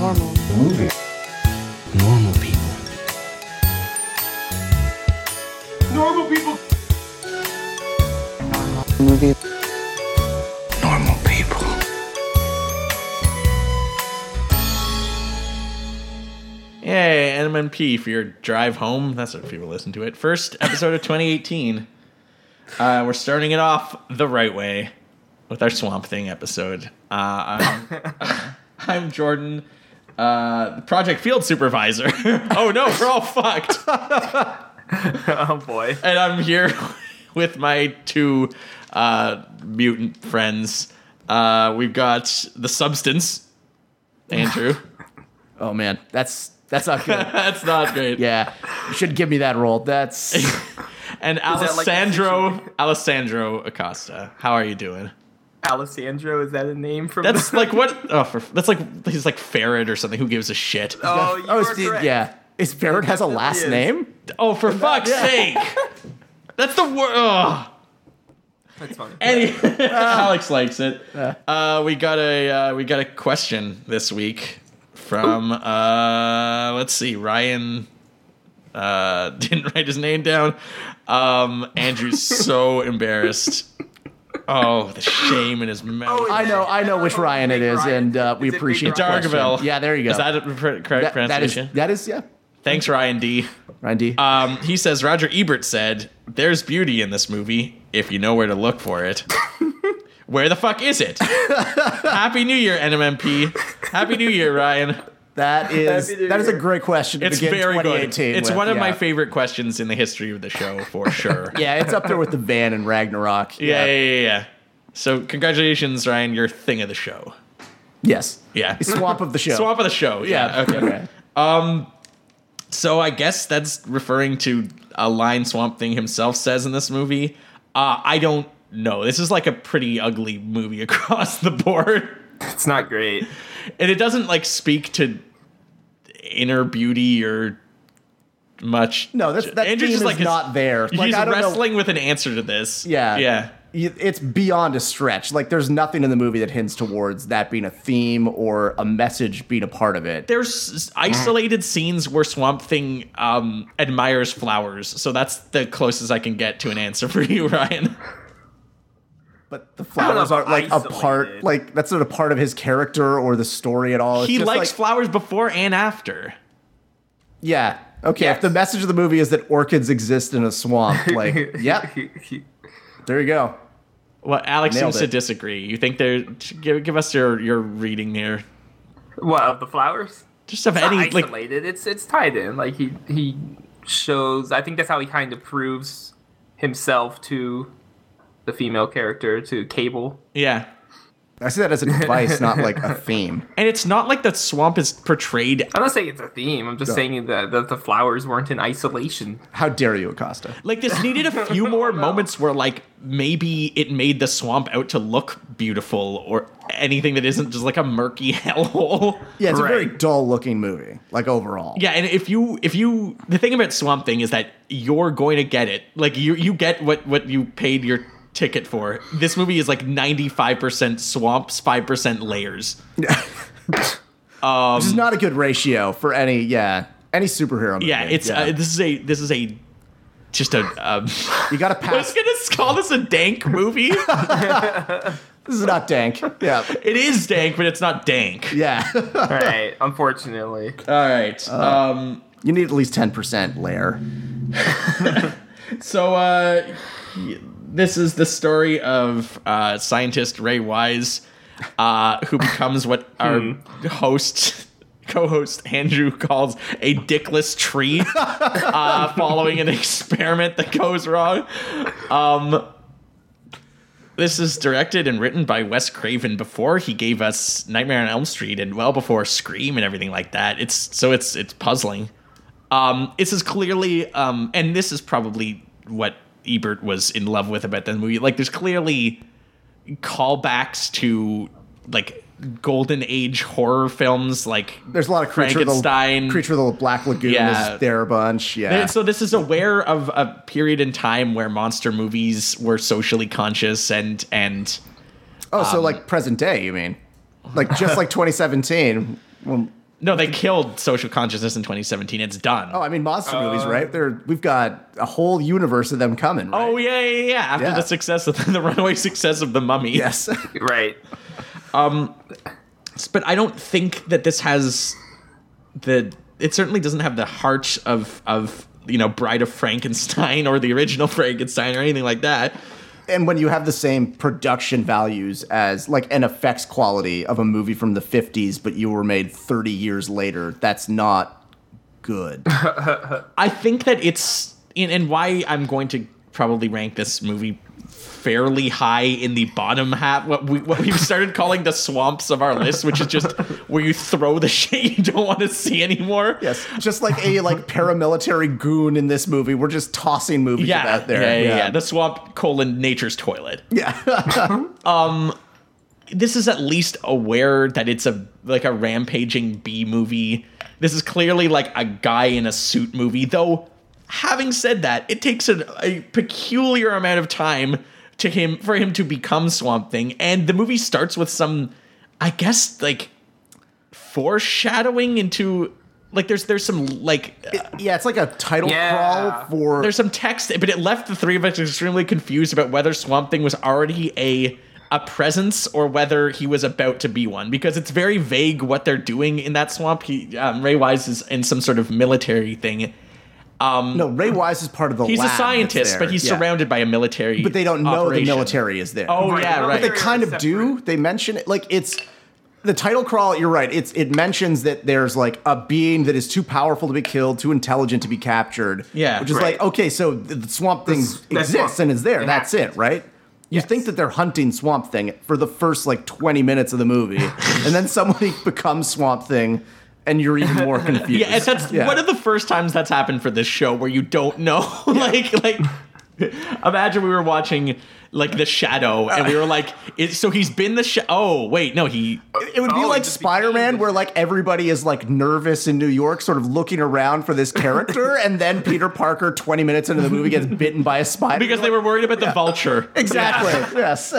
normal. Movie. Normal people. Normal people. Movie. Normal people. Yay, NMNP for your drive home. That's what people listen to it. First episode of 2018. Uh, we're starting it off the right way with our Swamp Thing episode. Uh, I'm, I'm Jordan, uh, the project field supervisor. oh no, we're all fucked. oh boy. And I'm here with my two uh, mutant friends. Uh, we've got the substance, Andrew. Oh man, that's that's not good. That's not great. yeah, you should give me that roll. That's And that like a Alessandro Alessandro Acosta. How are you doing? Alessandro, is that a name from That's the- like what oh for, that's like he's like Ferret or something. Who gives a shit? Oh, you oh are Steve, correct. yeah. Is Barrett has a last is. name? Oh, for fuck's sake. That's the word. Oh. That's funny. Any- Alex likes it. Uh, we got a uh, we got a question this week from uh, let's see Ryan uh, didn't write his name down. Um, Andrew's so embarrassed. Oh, the shame in his mouth. Oh, I know, I know which Ryan it is, and uh, we Is it Big appreciate the Ryan? question. Dargaville. Yeah, there you go. Is that a pr- correct That- that is pronunciation? that is yeah. Thanks, Ryan D. Ryan D. Um, he says Roger Ebert said, "There's beauty in this movie if you know where to look for it." where the fuck is it? Happy New Year, NMMP. Happy New Year, Ryan. that is Happy New that is a Year. great question. To It's begin very good. 2018 It's with, one of yeah. my favorite questions in the history of the show for sure. Yeah, it's up there with the van and Ragnarok. yeah, yeah, yeah, yeah. So congratulations, Ryan. You're thing of the show. Yes. Yeah. It's swamp of the show. Swamp of the show. Yeah. Okay. So I guess that's referring to a line Swamp Thing himself says in this movie. Uh, I don't know. This is like a pretty ugly movie across the board, It's not great. and it doesn't like speak to inner beauty or much. No, that's, that Andrew's theme just is like not there. He's Like I don't know. wrestling with an answer to this. Yeah. Yeah. y- it's beyond a stretch. Like there's nothing in the movie that hints towards that being a theme or a message being a part of it. There's s- isolated scenes where Swamp Thing um, admires flowers, so that's the closest I can get to an answer for you, Ryan. But the flowers know aren't like a part isolated. like that's not a part of his character or the story at all. It's he just, likes like, flowers before and after. Yeah. Okay. Yes. If the message of the movie is that orchids exist in a swamp, like yep, there you go. Well, Alex Nailed seems to it. disagree. You think they're give, give us your your reading here, what of the flowers? just of Not any like isolated. it's it's tied in. Like he he shows. I think that's how he kind of proves himself to the female character to Cable. yeah. I see that as a device, not like a theme. And it's not like the swamp is portrayed I'm not saying it's a theme. I'm just Yeah. saying that, that the flowers weren't in isolation. How dare you, Acosta? like this. Needed a few more moments where like maybe it made the swamp out to look beautiful or anything that isn't just like a murky hellhole. Yeah, it's a very Right. dull looking movie, like overall. Yeah, and if you if you the thing about Swamp Thing is that you're going to get it. Like you you get what what you paid your ticket for. This movie is like 95% swamps, 5% layers. Which is not a good ratio for any yeah any superhero movie. Yeah, it's Uh, this is a this is a just a um, I you gotta was pass. gonna call this a dank movie. This is not dank. Yeah, it is dank, but it's not dank. yeah. All right, unfortunately. All right. um. you need at least ten percent layer. So uh, y- this is the story of uh, scientist Ray Wise, uh, who becomes what our host. Co-host Andrew calls a dickless tree, uh, following an experiment that goes wrong. Um, this is directed and written by Wes Craven before he gave us Nightmare on Elm Street and well before Scream and everything like that. It's so it's it's puzzling. Um, this is clearly, um, and this is probably what Ebert was in love with about the movie. Like, there's clearly callbacks to like golden age horror films. Like, There's a lot of creature. of Frankenstein. The, creature of the Black Lagoon Yeah. is there a bunch. Yeah. so this is aware of a period in time where monster movies were socially conscious and and um, oh, so like present day, you mean? Like just like 2017 when No, they killed social consciousness in 2017. It's done. Oh, I mean monster Uh, movies, right? There, we've got a whole universe of them coming. Right? Oh, yeah, yeah, yeah. After Yeah. the success of the, runaway success of the Mummy. yes. Right. but I don't think that this has the. It certainly doesn't have the heart of of you know Bride of Frankenstein or the original Frankenstein or anything like that. and when you have the same production values as like an effects quality of a movie from the 50s but you were made 30 years later that's not good I think that it's and, and why I'm going to probably rank this movie fairly high in the bottom half what we what we've started calling the swamps of our list which is just where you throw the shit you don't want to see anymore yes just like a like paramilitary goon in this movie we're just tossing movies yeah, about there yeah, yeah, yeah. The swamp colon nature's toilet. Um, yeah, This is at least aware that it's a like a rampaging B movie. This is clearly like a guy in a suit movie. Though, having said that, it takes a, a peculiar amount of time to him for him to become Swamp Thing, and the movie starts with some, I guess, like foreshadowing into like there's there's some like Yeah, it's like a title Yeah. crawl for there's some text, but it left the three of us extremely confused about whether Swamp Thing was already a a presence or whether he was about to be one because it's very vague what they're doing in that swamp. He um, Ray Wise is in some sort of military thing. no Ray Wise is part of the He's lab a that's scientist, there, but he's yeah. surrounded by a military. but they don't know operation. the military is there Oh Right, yeah, the right. but they They're kind of separate. do. They mention it like it's the title crawl. You're right. It's it mentions that there's like a being that is too powerful to be killed, too intelligent to be captured. Yeah, which is right. like okay, so the, the swamp thing s- that exists swamp. and is there. It That's happens. it, right? You think that they're hunting Swamp Thing for the first like 20 minutes of the movie, and then somebody becomes Swamp Thing, and you're even more confused. Yeah, and that's Yeah. one of the first times that's happened for this show where you don't know. like, like, imagine we were watching like The Shadow, and we were like, it, "So he's been the shadow." Oh, wait, no, he. It would be Oh, it like just Spider Man, became- where like everybody is like nervous in New York, sort of looking around for this character, and then Peter Parker, twenty minutes into the movie, gets bitten by a spider Because they were worried about the vulture. exactly yes.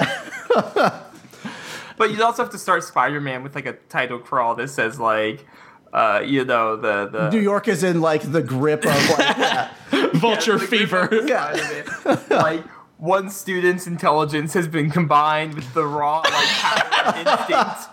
But you also have to start Spider Man with like a title crawl that says like, uh, you know, the the New York is in like the grip of like yeah. vulture Like, fever. Yeah. Spider-Man. like one student's intelligence has been combined with the raw like power instinct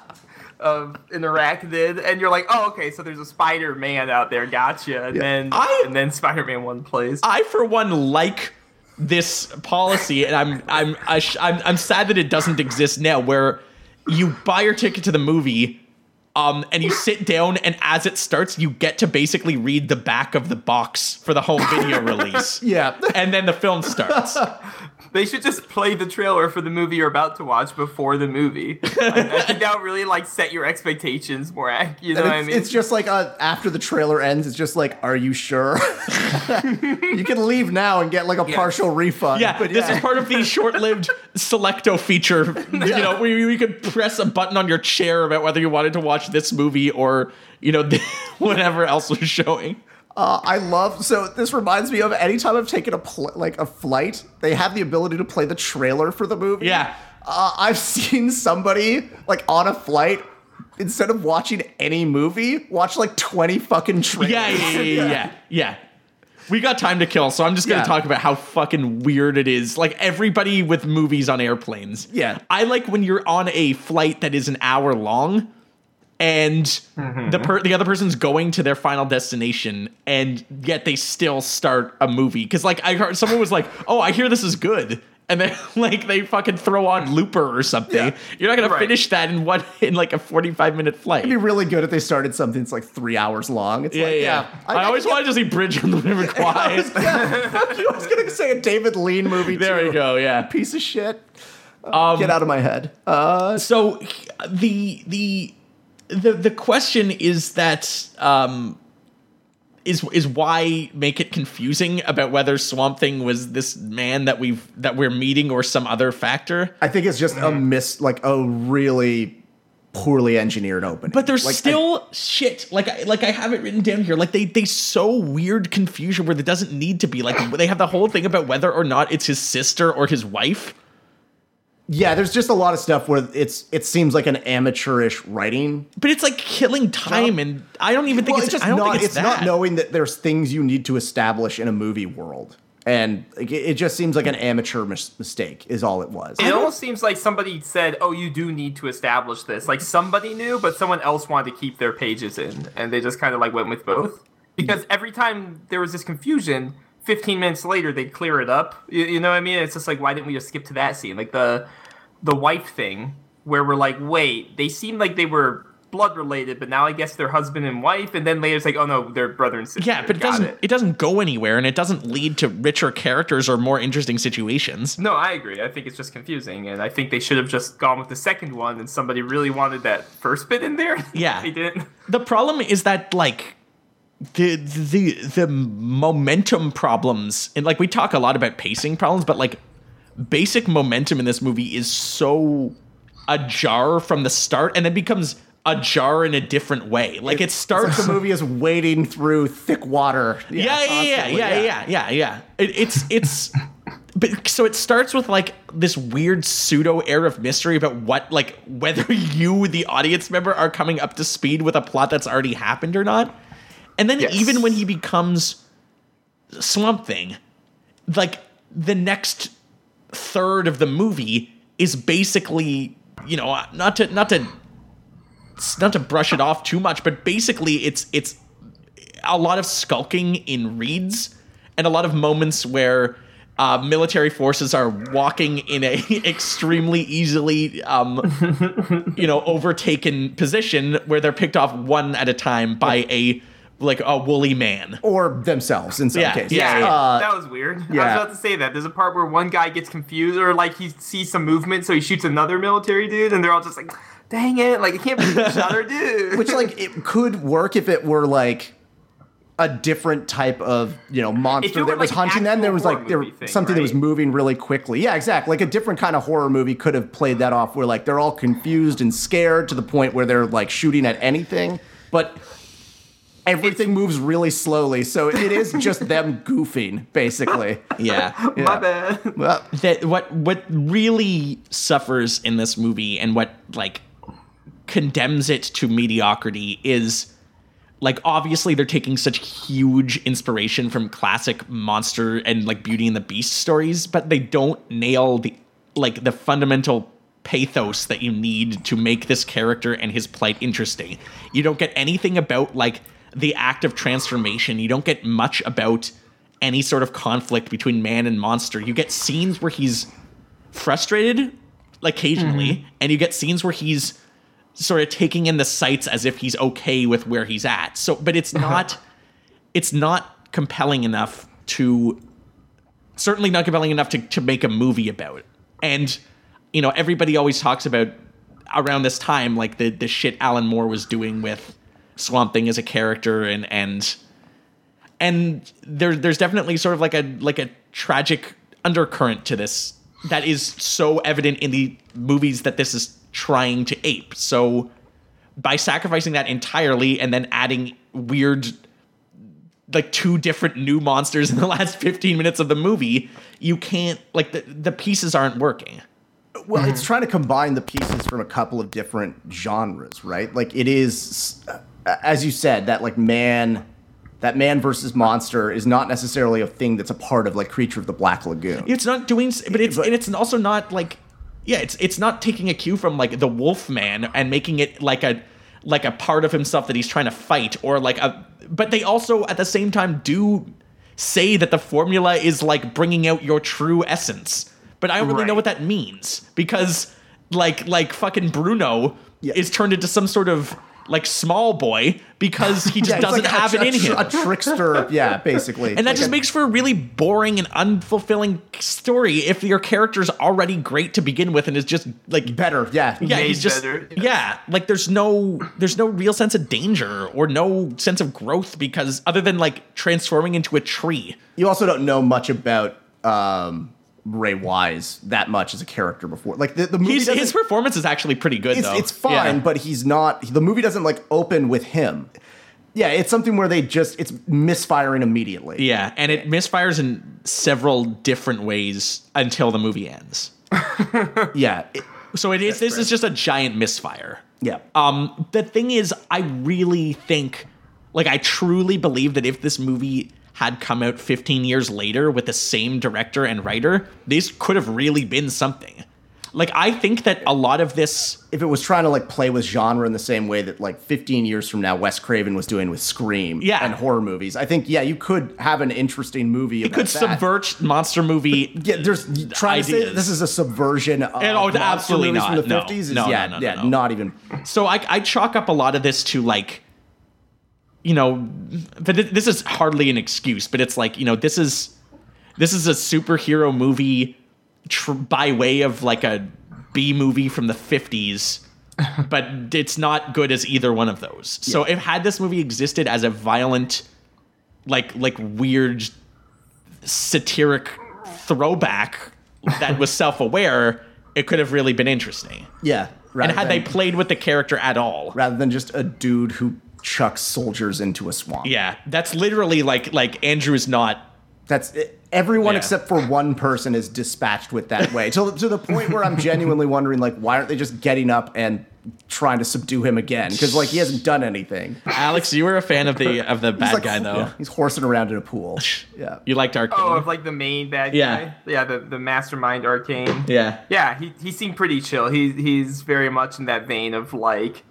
of an arachnid, and you're like, oh, okay, so there's a Spider Man out there, gotcha. And then I- and then Spider Man one plays. I, for one, like this policy, and I'm I'm I sh- I'm I'm sad that it doesn't exist now, where you buy your ticket to the movie. Um, and you sit down, and as it starts, you get to basically read the back of the box for the home video release. yeah. and then the film starts. They should just play the trailer for the movie you're about to watch before the movie. Like, I think that would really like set your expectations more accurate. You know And what I it's, mean? it's just like uh, after the trailer ends, it's just like, are you sure? you can leave now and get like a Yeah. partial refund. Yeah, but this yeah. is part of the short-lived selecto feature. You know, where you could press a button on your chair about whether you wanted to watch this movie or you know whatever else was showing. Uh, I love so. This reminds me of any time I've taken a pl- like a flight, they have the ability to play the trailer for the movie. Yeah. uh, I've seen somebody like on a flight instead of watching any movie, watch like twenty fucking trailers. Yeah, yeah, yeah, yeah, yeah. yeah. We got time to kill, so I'm just gonna Yeah. talk about how fucking weird it is. Like everybody with movies on airplanes. Yeah. I like when you're on a flight that is an hour long and Mm-hmm. the per- the other person's going to their final destination and yet they still start a movie cuz like I heard someone was like, "Oh, I hear this is good." And then like they fucking throw on Looper or something. Yeah. You're not going to Right. finish that in one in like a 45 minute flight. It'd be really good if they started something that's like three hours long. It's yeah, yeah. like, I, always can wanted to see Bridge on the River get- Kwai. Yeah, fuck you, I was gonna say a David Lean movie. There too. we go. Um, Yeah. Piece of shit. Uh, get out of my head. Uh, So the the the the question is that um is is why make it confusing about whether Swamp Thing was this man that we've that we're meeting or some other factor? I think it's just a miss, like a really poorly engineered opening. But there's Like, I- still shit. Like I like I have it written down here. Like they they so weird confusion where there doesn't need to be. Like they have the whole thing about whether or not it's his sister or his wife. yeah, there's just a lot of stuff where it's it seems like an amateurish writing. But it's like killing time, and I don't even think Well, it's, I don't not think it's, not that. knowing that there's things you need to establish in a movie world. And like, it it just seems like an amateur mis- mistake is all it was. It almost seems like somebody said, "Oh, you do need to establish this." Like somebody knew, but someone else wanted to keep their pages in, and they just kind of like went with both. Because every time there was this confusion, 15 minutes later they would clear it up. You, you know what I mean? It's just like, why didn't we just skip to that scene? Like the the wife thing, where we're like, wait, they seemed like they were blood related, but now I guess they're husband and wife. And then later it's like, oh no, they're brother and sister. Yeah, but it Got doesn't it. doesn't go anywhere, and it doesn't lead to richer characters or more interesting situations. No, I agree. I think it's just confusing, and I think they should have just gone with the second one. And somebody really wanted that first bit in there. Yeah. they didn't. The problem is that like the the the momentum problems, and like we talk a lot about pacing problems, but like basic momentum in this movie is so ajar from the start, and then becomes ajar in a different way. Like it, starts the movie is wading through thick water. yeah, yeah, yeah, constantly, yeah, yeah, yeah, yeah, It, it's it's. But, so it starts with like this weird pseudo air of mystery about what like whether you the audience member are coming up to speed with a plot that's already happened or not and then Yes. even when he becomes swamp thing like the next third of the movie is basically you know not to not to not to brush it off too much but basically it's it's a lot of skulking in reeds and a lot of moments where uh, military forces are walking in a extremely easily um, you know overtaken position where they're picked off one at a time by a like a woolly man Or themselves in some Yeah, cases. yeah, yeah. Uh, that was weird. I was yeah. about to say that. There's a part where one guy gets confused, or like he sees some movement, so he shoots another military dude, and they're all just like, "Dang it! Like I can't believe you shot our dude." which like it could work if it were like a different type of you know monster were, that was like, hunting them. There actual was horror like there movie thing, something that was right? moving really quickly. Yeah, exactly. Like a different kind of horror movie could have played that off, where like they're all confused and scared to the point where they're like shooting at anything, but. Everything moves really slowly, so it is just them goofing, basically. yeah My bad. Well, that what what really suffers in this movie and what like condemns it to mediocrity is like obviously they're taking such huge inspiration from classic monster and like beauty and the beast stories but they don't nail the like the fundamental pathos that you need to make this character and his plight interesting you don't get anything about like the act of transformation you don't get much about any sort of conflict between man and monster you get scenes where he's frustrated occasionally and you get scenes where he's sort of taking in the sights as if he's okay with where he's at. So, but it's not, it's not compelling enough to, certainly not compelling enough to, to make a movie about. And, you know, everybody always talks about around this time, like the, the shit Alan Moore was doing with Swamp Thing as a character and, and, and there, there's definitely sort of like a, like a tragic undercurrent to this that is so evident in the movies that this is trying to ape. So, by sacrificing that entirely and then adding weird like two different new monsters in the last 15 minutes of the movie you can't like the, the pieces aren't working well it's Mm-hmm. trying to combine the pieces from a couple of different genres right like it is as you said that like man that man versus monster is not necessarily a thing that's a part of like creature of the black lagoon it's not doing s- but it's But- and it's also not like yeah it's it's not taking a cue from like the wolf man and making it like a like a part of himself that he's trying to fight or like a but they also at the same time do say that the formula is like bringing out your true essence but i don't really know Right. what that means because like like fucking bruno Yeah. is turned into some sort of like small boy because he just it's doesn't like a- have a, it in tr- him a trickster yeah basically and that Like just a- makes for a really boring and unfulfilling story if your character's already great to begin with and is just like better yeah yeah Made he's just better, yeah. like there's no there's no real sense of danger or no sense of growth because other than like transforming into a tree you also don't know much about um Ray Wise that much as a character before like the, the movie he's, doesn't- his performance is actually pretty good it's, though it's fine, Yeah. but he's not. The movie doesn't like open with him. Yeah, it's something where they just it's misfiring immediately. yeah and it misfires in several different ways until the movie ends yeah, it- So it is. This is just a giant misfire. yeah. Um, the thing is, I really think, like, I truly believe that if this movie had come out 15 years later with the same director and writer, this could have really been something. Like, I think that a lot of this, if it was trying to like play with genre in the same way that like 15 years from now Wes Craven was doing with Scream Yeah. and horror movies, I think yeah, you could have an interesting movie. It could subvert monster movie. Yeah, there's you try to say Ideas. this is a subversion of And, oh, monster absolutely movies not. from the No. 50s. is- No, no, yeah, no, no, yeah, no. not even. So I, I chalk up a lot of this to like, you know, but th- this is hardly an excuse, but it's like you know this is this is a superhero movie tr- by way of like a B movie from the fifties, but it's not good as either one of those. So if had this movie existed as a violent, like like weird, satiric throwback that was self aware, it could have really been interesting. Yeah, And rather had than, they played with the character at all. rather than just a dude who chucks soldiers into a swamp. Yeah, that's literally like like Andrew is not. That's it. everyone Yeah. except for one person is dispatched with that way. to, to the point where I'm genuinely wondering, like, why aren't they just getting up and trying to subdue him again? Because like he hasn't done anything. He's Alex, you were a fan of the of the bad like, guy though. yeah, he's horsing around in a pool. Yeah, You liked Arcane. Oh, of like the main bad Yeah. guy. Yeah, the, the mastermind arcane. yeah. Yeah, he, he seemed pretty chill. He he's very much in that vein of like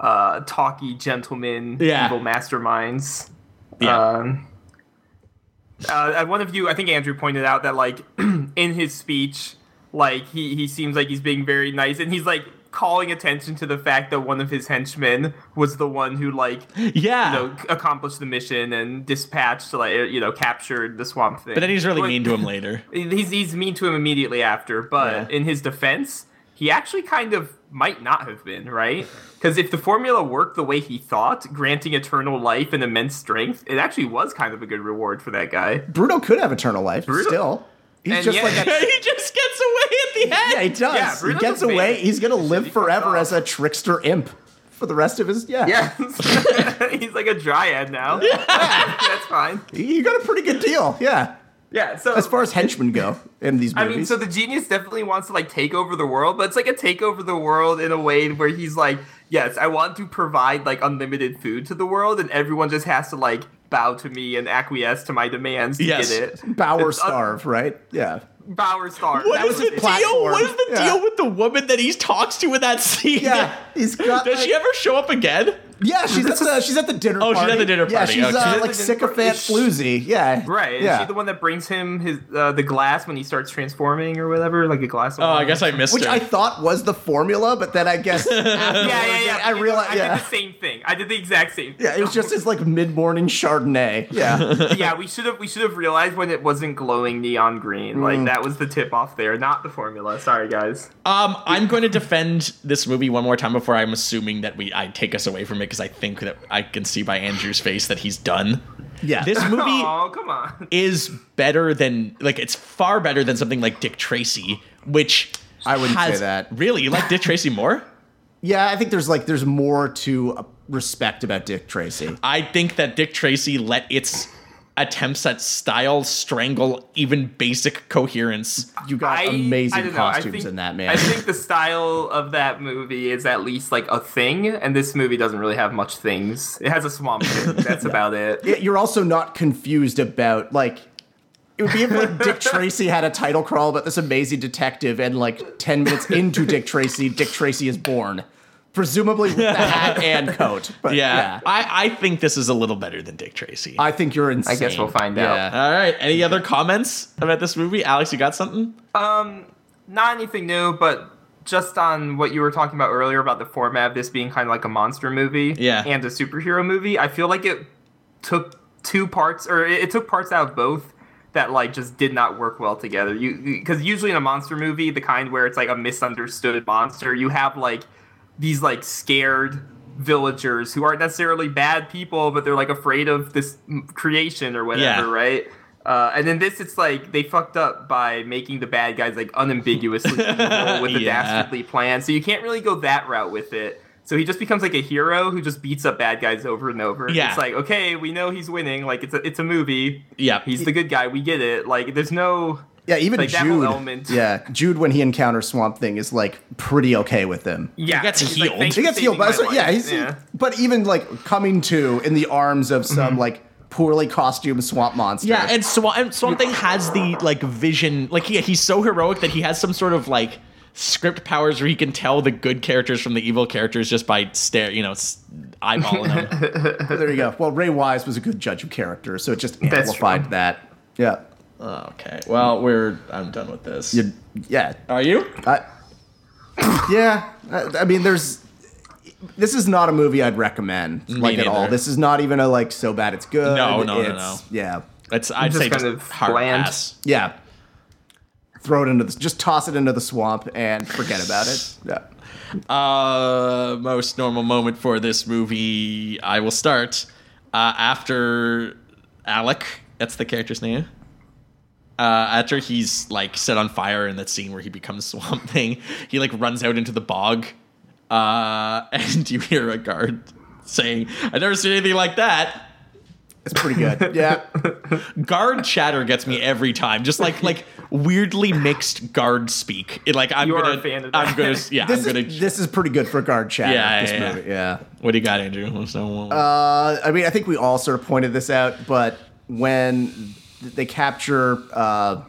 uh talky gentlemen, Yeah. evil masterminds. Yeah. Um, uh, and one of you, I think Andrew pointed out that like in his speech, like he he seems like he's being very nice, and he's like calling attention to the fact that one of his henchmen was the one who like you yeah. know accomplished the mission and dispatched like you know captured the swamp thing. but then he's really Like, mean to him later. He's he's mean to him immediately after, but Yeah. in his defense, he actually kind of might not have been right because if the formula worked the way he thought, granting eternal life and immense strength, it actually was kind of a good reward for that guy. Bruno could have eternal life Bruno- still. He's And just yet- like a, he just gets away at the end. yeah, he does. Yeah, he Bruno's gets a man. away. He's gonna He should live be fucked forever off. as a trickster imp for the rest of his yeah. Yes, he's like a dryad now. That's fine. He- he got a pretty good deal. Yeah, Yeah. So as far as henchmen go in these I movies. mean, so the genius definitely wants to like take over the world, but it's like a take over the world in a way where he's like, yes, I want to provide like unlimited food to the world, and everyone just has to like bow to me and acquiesce to my demands to Yes. get it. Bow or It's uh, un- starve, right? Yeah. Bow or starve. What That is was the it. deal? platform. What is the Yeah. deal with the woman that he talks to in that scene? Yeah, he's got. Does she like- ever show up again? Yeah, she's at the she's at the dinner. Oh, she's at party. the dinner Yeah, party. she's Okay. uh, She's like at the dinner party. sycophant floozy. Yeah, Right, is Yeah, she the one that brings him his uh, the glass when he starts transforming or whatever, like a glass? Of Oh, I wine? guess I missed which her. I thought was the formula, but then I guess yeah, Yeah, yeah, yeah. I realized. I did Yeah, the same thing. I did the exact same. Thing. yeah, it was just his like mid morning Chardonnay. Yeah, yeah, we should have we should have realized when it wasn't glowing neon green. Mm. Like that was the tip off there, not the formula. Sorry guys. Um, I'm going to defend this movie one more time before I'm assuming that we I take us away from it because I think that I can see by Andrew's face that he's done. yeah. This movie Oh, come on. is better than like it's far better than something like Dick Tracy, which I wouldn't say has- that. Really, you like Dick Tracy more? yeah, I think there's like there's more to uh, respect about Dick Tracy. I think that Dick Tracy let its attempts at style strangle even basic coherence. You got I- I amazing don't know, I costumes think- in that man. I think the style of that movie is at least like a thing, and this movie doesn't really have much things. It has a swamp. thing. That's about it. Yeah, you're also not confused about like it would be if like Dick Tracy had a title crawl about this amazing detective, and like ten minutes into Dick Tracy, Dick Tracy is born, presumably with the hat and coat. But Yeah, I, I think this is a little better than Dick Tracy. I think you're insane. I guess we'll find out. All right. Any other comments about this movie, Alex? You got something? Not anything new, but just on what you were talking about earlier about the format of this being kind of like a monster movie Yeah. and a superhero movie, I feel like it took two parts, or it, it took parts out of both that like just did not work well together. You because usually in a monster movie, the kind where it's like a misunderstood monster, you have like these like scared villagers who aren't necessarily bad people, but they're like afraid of this m- creation or whatever, Yeah. right? Uh, and then this, it's like they fucked up by making the bad guys like unambiguously evil with a Yeah. dastardly plan. So you can't really go that route with it. So he just becomes like a hero who just beats up bad guys over and over. Yeah. It's like okay, we know he's winning. Like it's a it's a movie. Yeah. He's the good guy. We get it. Like there's no Yeah, even Like, that whole Jude. element. Yeah, Jude when he encounters Swamp Thing is like pretty okay with him. Yeah, He gets he's healed. "Thanks He for gets healed, saving but my so, yeah, life." he's but even like coming to in the arms of Mm-hmm. some like poorly costumed swamp monster. Yeah, and, Swa- and Swamp Thing has the like vision. Like he, he's so heroic that he has some sort of like script powers where he can tell the good characters from the evil characters just by stare, you know, s- eyeballing them. there you go. Well, Ray Wise was a good judge of character, so it just That's amplified true. that. Yeah, Oh, okay. Well, we're I'm done with this. You- yeah, Are you? I, yeah. I, I mean, there's. This is not a movie I'd recommend, like at all. neither. This is not even a like so bad it's good. No, no, no, it's, no. Yeah, It's I'd Just say kind just of hard bland. pass. yeah. Throw it into the, just toss it into the swamp and forget about it. Yeah. Uh, most normal moment for this movie. I will start uh, after Alec. That's the character's name. Uh, after he's like set on fire in that scene where he becomes Swamp Thing, he like runs out into the bog, uh, and you hear a guard saying, "I've never seen anything like that." It's pretty good. Yeah. Guard chatter gets me every time. Just like like weirdly mixed guard speak. It, like I'm You are gonna, a fan of I'm that. gonna, yeah, this, I'm is, gonna. this is pretty good for guard chat. Yeah, this yeah, yeah. movie. yeah. what do you got, Andrew? What's that one? Uh, I mean, I think we all sort of pointed this out, but when they capture uh,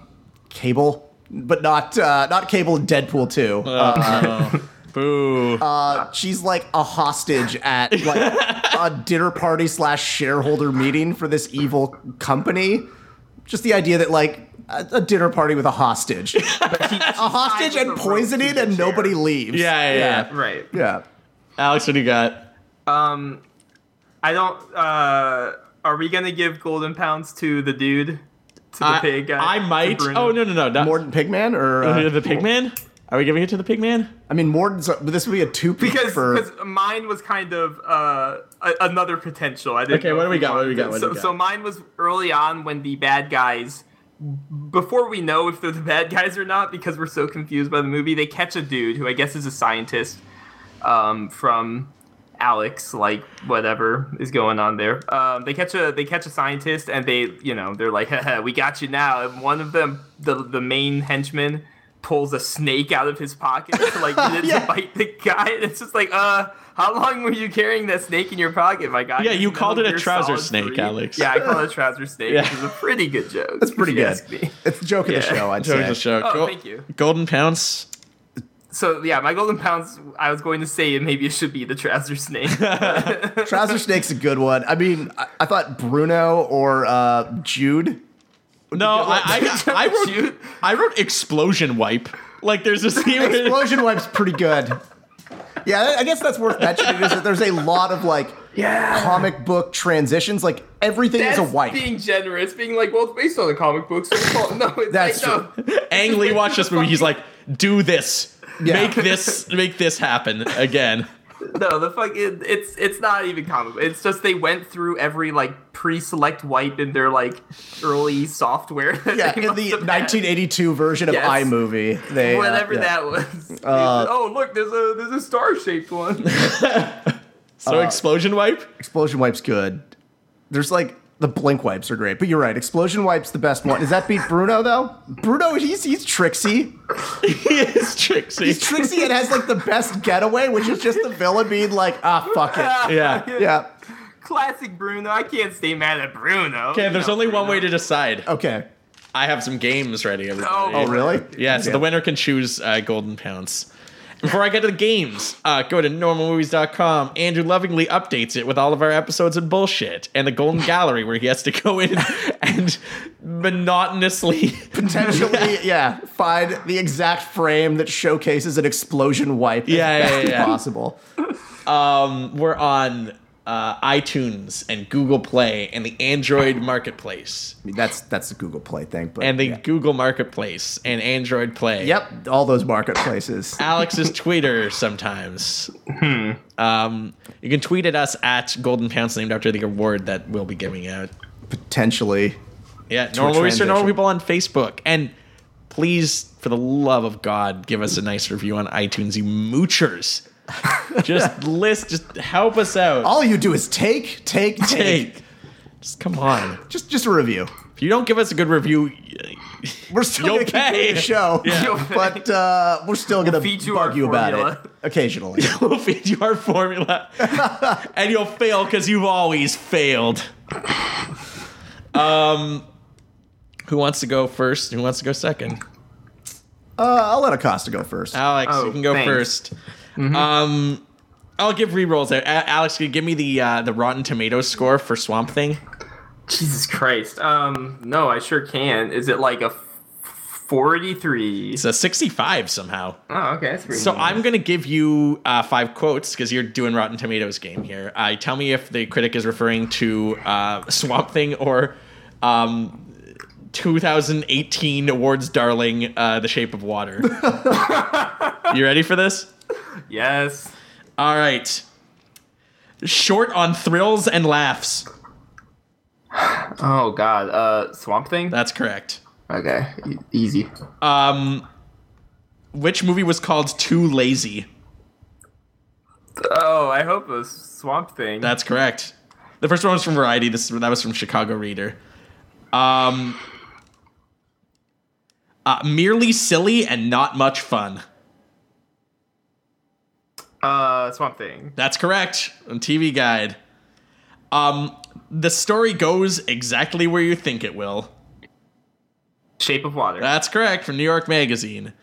Cable, but not uh, not Cable in Deadpool 2, Uh. Boo. uh, she's like a hostage at like a dinner party slash shareholder meeting for this evil company. Just the idea that like a, a dinner party with a hostage, a hostage with a and rope to poisoning, the and chair. nobody leaves. yeah, yeah, yeah. Right. yeah. Alex, what do you got? Um, I don't. Uh, are we gonna give golden pounds to the dude, to the I, pig guy? I to might. Bruno? Oh no, no, no, not Morden Pigman or Uh, uh, the pigman. Are we giving it to the pigman? I mean Morden's but this would be a two Because for because mine was kind of uh, a- another potential. I didn't Okay, know what do if we you got? What do we wanted got? to- What do so, we got? so mine was early on when the bad guys, before we know if they're the bad guys or not, because we're so confused by the movie, they catch a dude who I guess is a scientist um, from Alex, like whatever is going on there. Um, they catch a they catch a scientist and they you know they're like Haha, we got you now. And one of them the the main henchman pulls a snake out of his pocket to like get it to bite the guy. And it's just like uh. How long were you carrying that snake in your pocket, my guy? Yeah, you Metal called it a Gear trouser Solid snake, 3? Alex. Yeah, I call it a trouser snake, Yeah. which is a pretty good joke. That's pretty if you good. ask me. It's the joke of the Yeah. show, I'd Joke say. of the show. Oh, thank you. Golden pounce. So yeah, my golden pounds. I was going to say maybe it should be the trouser snake. Trouser Snake's a good one. I mean, I, I thought Bruno or uh, Jude. No, I, I, I wrote. Shoot. I wrote explosion wipe. Like there's a scene. Where, Explosion Wipe's pretty good. Yeah, I guess that's worth mentioning. Is that there's a lot of like comic book transitions. Like everything That's is a wipe. being generous, being like, well, it's based on the comic books. So it's called- no, it's That's like, no. Ang Lee watched this movie. He's like, do this. Yeah. Make this. Make this happen again. No, the fuck, it, it's it's not even comic. book. It's just they went through every like pre-select wipe in their like early software. that yeah, they in must the have had. 1982 version of Yes. iMovie, they uh, whatever yeah. that was. oh, look, there's a there's a star-shaped one. So explosion wipe. Explosion Wipe's good. There's like the blink wipes are great, but you're right. Explosion Wipe's the best one. Does that beat Bruno though? Bruno, he's he's tricksy. he is tricksy. He's tricksy and has like the best getaway, which is just the villain being like, ah, fuck it. yeah. Yeah. Classic Bruno. I can't stay mad at Bruno. Okay, there's No, only one Bruno. way to decide. Okay. I have some games ready. everybody. Oh, Oh, really? Yeah, so Yeah. the winner can choose uh, Golden Pounce. Before I get to the games, uh, go to normalmovies.com. Andrew lovingly updates it with all of our episodes and bullshit, and the Golden Gallery, where he has to go in and, monotonously. Potentially, yeah. Find the exact frame that showcases an explosion wipe. as Yeah, yeah, best yeah, yeah. Possible. Um, we're on uh, iTunes and Google Play and the Android Marketplace I mean, that's that's the Google Play thing, but and the yeah. Google Marketplace and Android Play. yep, all those marketplaces. Alex's Twitter sometimes. Hmm. Um, you can tweet at us at Golden Pounce, named after the award that we'll be giving out. Potentially, Yeah, normal movies to transition. normal people on Facebook. And please, for the love of God, give us a nice review on iTunes, you moochers. just list, just help us out. all you do is take, take, take. Take. Just come on. Just just a review. If you don't give us a good review, We're still You'll gonna keep doing pay. the show, You'll pay. but uh, we're still gonna feed you our argue about formula. it occasionally. we'll feed you our formula, and you'll fail because you've always failed. Um, who wants to go first? Who wants to go second? Uh, I'll let Acosta go first. Alex, Oh, you can go thanks. 1st Mm-hmm. Um, I'll give rerolls there. A- Alex, can you give me the uh, the Rotten Tomatoes score for Swamp Thing? Jesus Christ. Um, no, I sure can. Is it like a f- 43? It's a 65 somehow. Oh, okay, that's pretty. So good. I'm going to give you uh, five quotes because you're doing Rotten Tomatoes game here. Uh, tell me if the critic is referring to uh, Swamp Thing or um, 2018 awards darling uh, The Shape of Water. you ready for this? yes. All right. Short on thrills and laughs. Oh God. Uh, Swamp Thing. That's correct. Okay, e- easy. Um, which movie was called Too Lazy? Oh, I hope it was Swamp Thing. That's correct. The first one was from Variety. This that was from Chicago Reader. Um, uh, merely silly and not much fun. uh, Swamp Thing. That's correct. On TV Guide. Um, the story goes exactly where you think it will. Shape of Water. That's correct, from New York Magazine.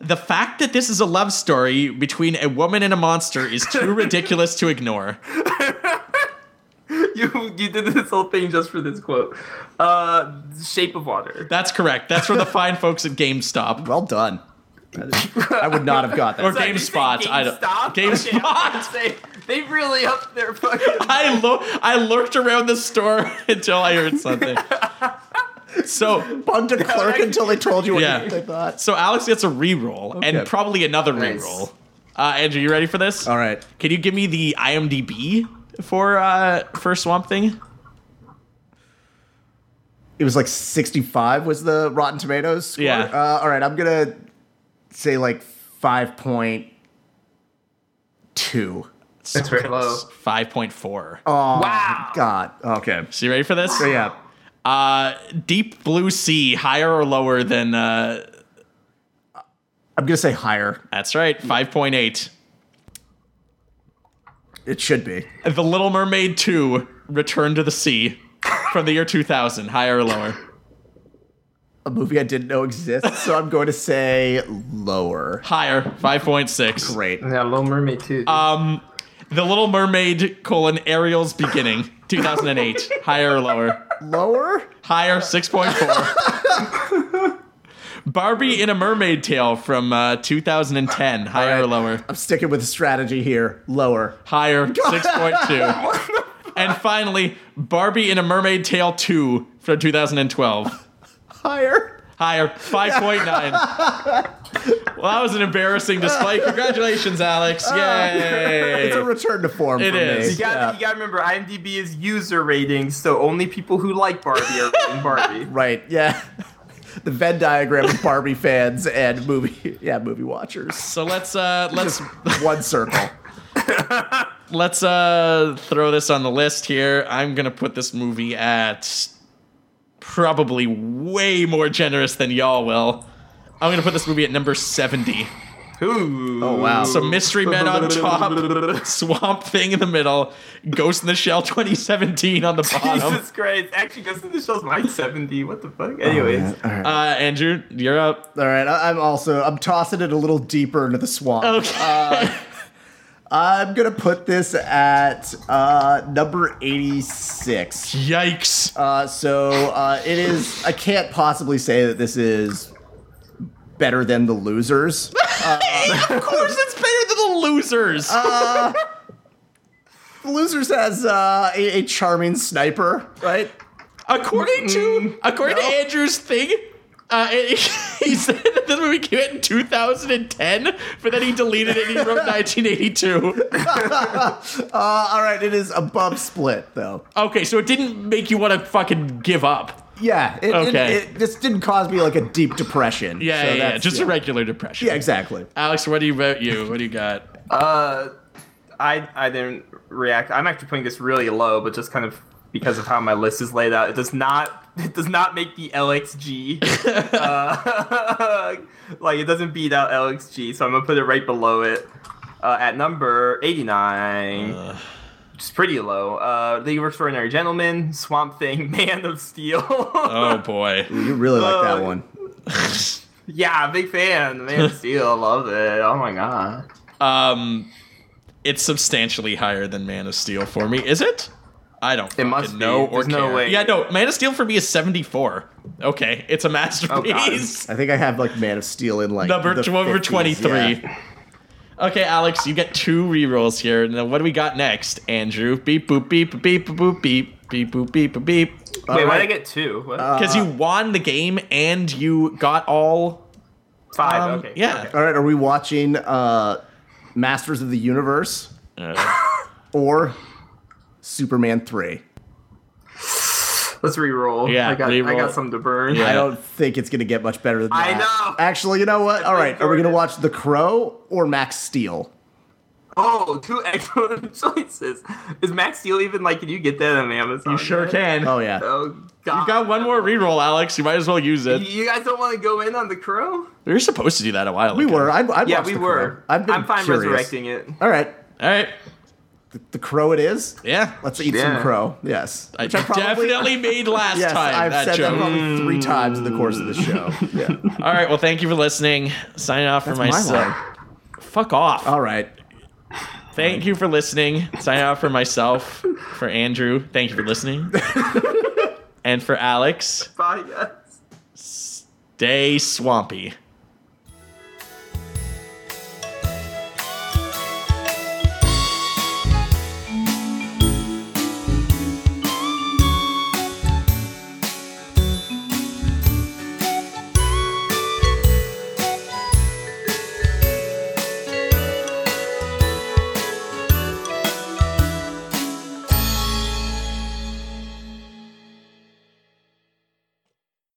The fact that this is a love story between a woman and a monster is too ridiculous to ignore. you you did this whole thing just for this quote. Uh, Shape of Water. That's correct. That's from the fine folks at GameStop. Well done. I would not have got Or that. Sorry, you say GameSpot. I don't- GameStop. Okay, I was GameSpot. gonna say, they really upped their fucking. I lo- I lurked around the store until I heard something. So Bunned a clerk until they told you what Yeah. they thought. so Alex gets a reroll and Okay. probably another Nice. reroll. Uh, Andrew, you ready for this? All right. Can you give me the IMDb for uh, for Swamp Thing? It was like 65 was the Rotten Tomatoes score. Yeah. Uh, all right, I'm going to say like 5.2. That's very low. Five point four. Oh, Wow. God. Okay. So you ready for this? So, yeah. Uh, Deep Blue Sea, higher or lower than? Uh, I'm going to say higher. that's right, five point eight. It should be. The Little Mermaid two, Return to the Sea, from the year two thousand, higher or lower? A movie I didn't know exists, so I'm going to say lower. Higher, five point six. Great. Yeah, Little Mermaid too. Um, The Little Mermaid colon Ariel's Beginning, 2008. Higher or lower? Lower? Higher, 6.4. Barbie in a Mermaid Tale from uh, 2010. Higher or lower? I'm sticking with the strategy here. Lower. Higher, 6.2. And finally, Barbie in a Mermaid Tale 2 from 2012. Higher. Higher, 5.9. Well, that was an embarrassing display. Congratulations, Alex. Yay. It's a return to form It for is. me. you gotta, you gotta remember, IMDb is user ratings, so only people who like Barbie are rating Barbie. Right. Yeah. The Venn diagram of Barbie fans and movie, yeah, movie watchers. So let's uh let's One circle. let's uh throw this on the list here. I'm gonna put this movie at probably way more generous than y'all will. I'm gonna put this movie at number 70. Ooh. Oh wow. So Mystery Men on top, Swamp Thing in the middle, Ghost in the Shell 2017 on the bottom. Jesus Christ! Actually, Ghost in the Shell's like seventy. What the Oh, fuck? Anyways, all right. Uh, Andrew, you're up. all right. I- I'm also I'm tossing it a little deeper into the swamp. Uh, Okay. I'm gonna put this at uh, number 86. Yikes. Uh, so uh, it is. I can't possibly say that this is better than the losers. of course, it's better than the losers. The losers has uh, a, a charming sniper, right? According to according no. to Andrew's thing, uh, it- he said that the movie came out in 2010, but then he deleted it. and He wrote 1982. Uh, all right, it is above split though. Okay, so it didn't make you want to fucking give up. Yeah. It, it- Okay. it- this didn't cause me like a deep depression. Yeah, So yeah, yeah, that's- just a regular depression. Yeah, exactly. Alex, what do you about you? What do you got? uh, I I didn't react. I'm actually putting this really low, but just kind of because of how my list is laid out. It does not it does not make the LXG uh, like it doesn't beat out LXG, so I'm gonna put it right below it uh, at number 89. Which is pretty low. Uh, League of Extraordinary Gentlemen, Swamp Thing, Man of Steel. Oh boy. You really like Uh, that one. Mm. yeah, big fan. Man of Steel, love it. Oh my god. Um, it's substantially higher than Man of Steel for me. Is it? I don't It must fucking know be. or There's no care. way. Yeah, no. Man of Steel for me is seventy four. Okay, Oh, it's a masterpiece. I think I have like Man of Steel in like number the tw- number 50s, twenty three. yeah. Okay, Alex, you get two rerolls here. Now, what do we got next, Andrew? Beep boop beep boop, beep boop boop beep beep boop beep boop beep. Wait, why right. did I get two? What? Because Uh, you won the game and you got all. Five. Um, okay. yeah. Okay. All right, are we watching uh, Masters of the Universe or Superman three? Let's re-roll. Yeah, I got, I re-roll. got some to burn. Yeah. I don't think it's gonna get much better than Uh. I that. know. Actually, you know what? All right, are we gonna Jordan. watch The Crow or Max Steel? Oh, two excellent choices. Is Max Steel even like? Can you get that on Amazon? You sure can. Oh yeah. Oh God. You got one more reroll, Alex. You might as well use it. You guys don't want to go in on the crow? We were supposed to do that a while We ago. were. I'd, I'd Yeah, watch we The were. Crow. I've been I'm fine curious. resurrecting it. All right, All right. the, the Crow it is. Yeah. Let's eat Yeah. some crow. Yes, I Which probably- definitely made last Yes, time I've that said joke. that probably three times in the course of the show. Yeah, All right. Well, thank you for listening. Signing off for That's my myself. line. Fuck off. All right. Thank you for listening. Sign off for myself, for Andrew. Thank you for listening. and for Alex, Bye, guys. stay swampy.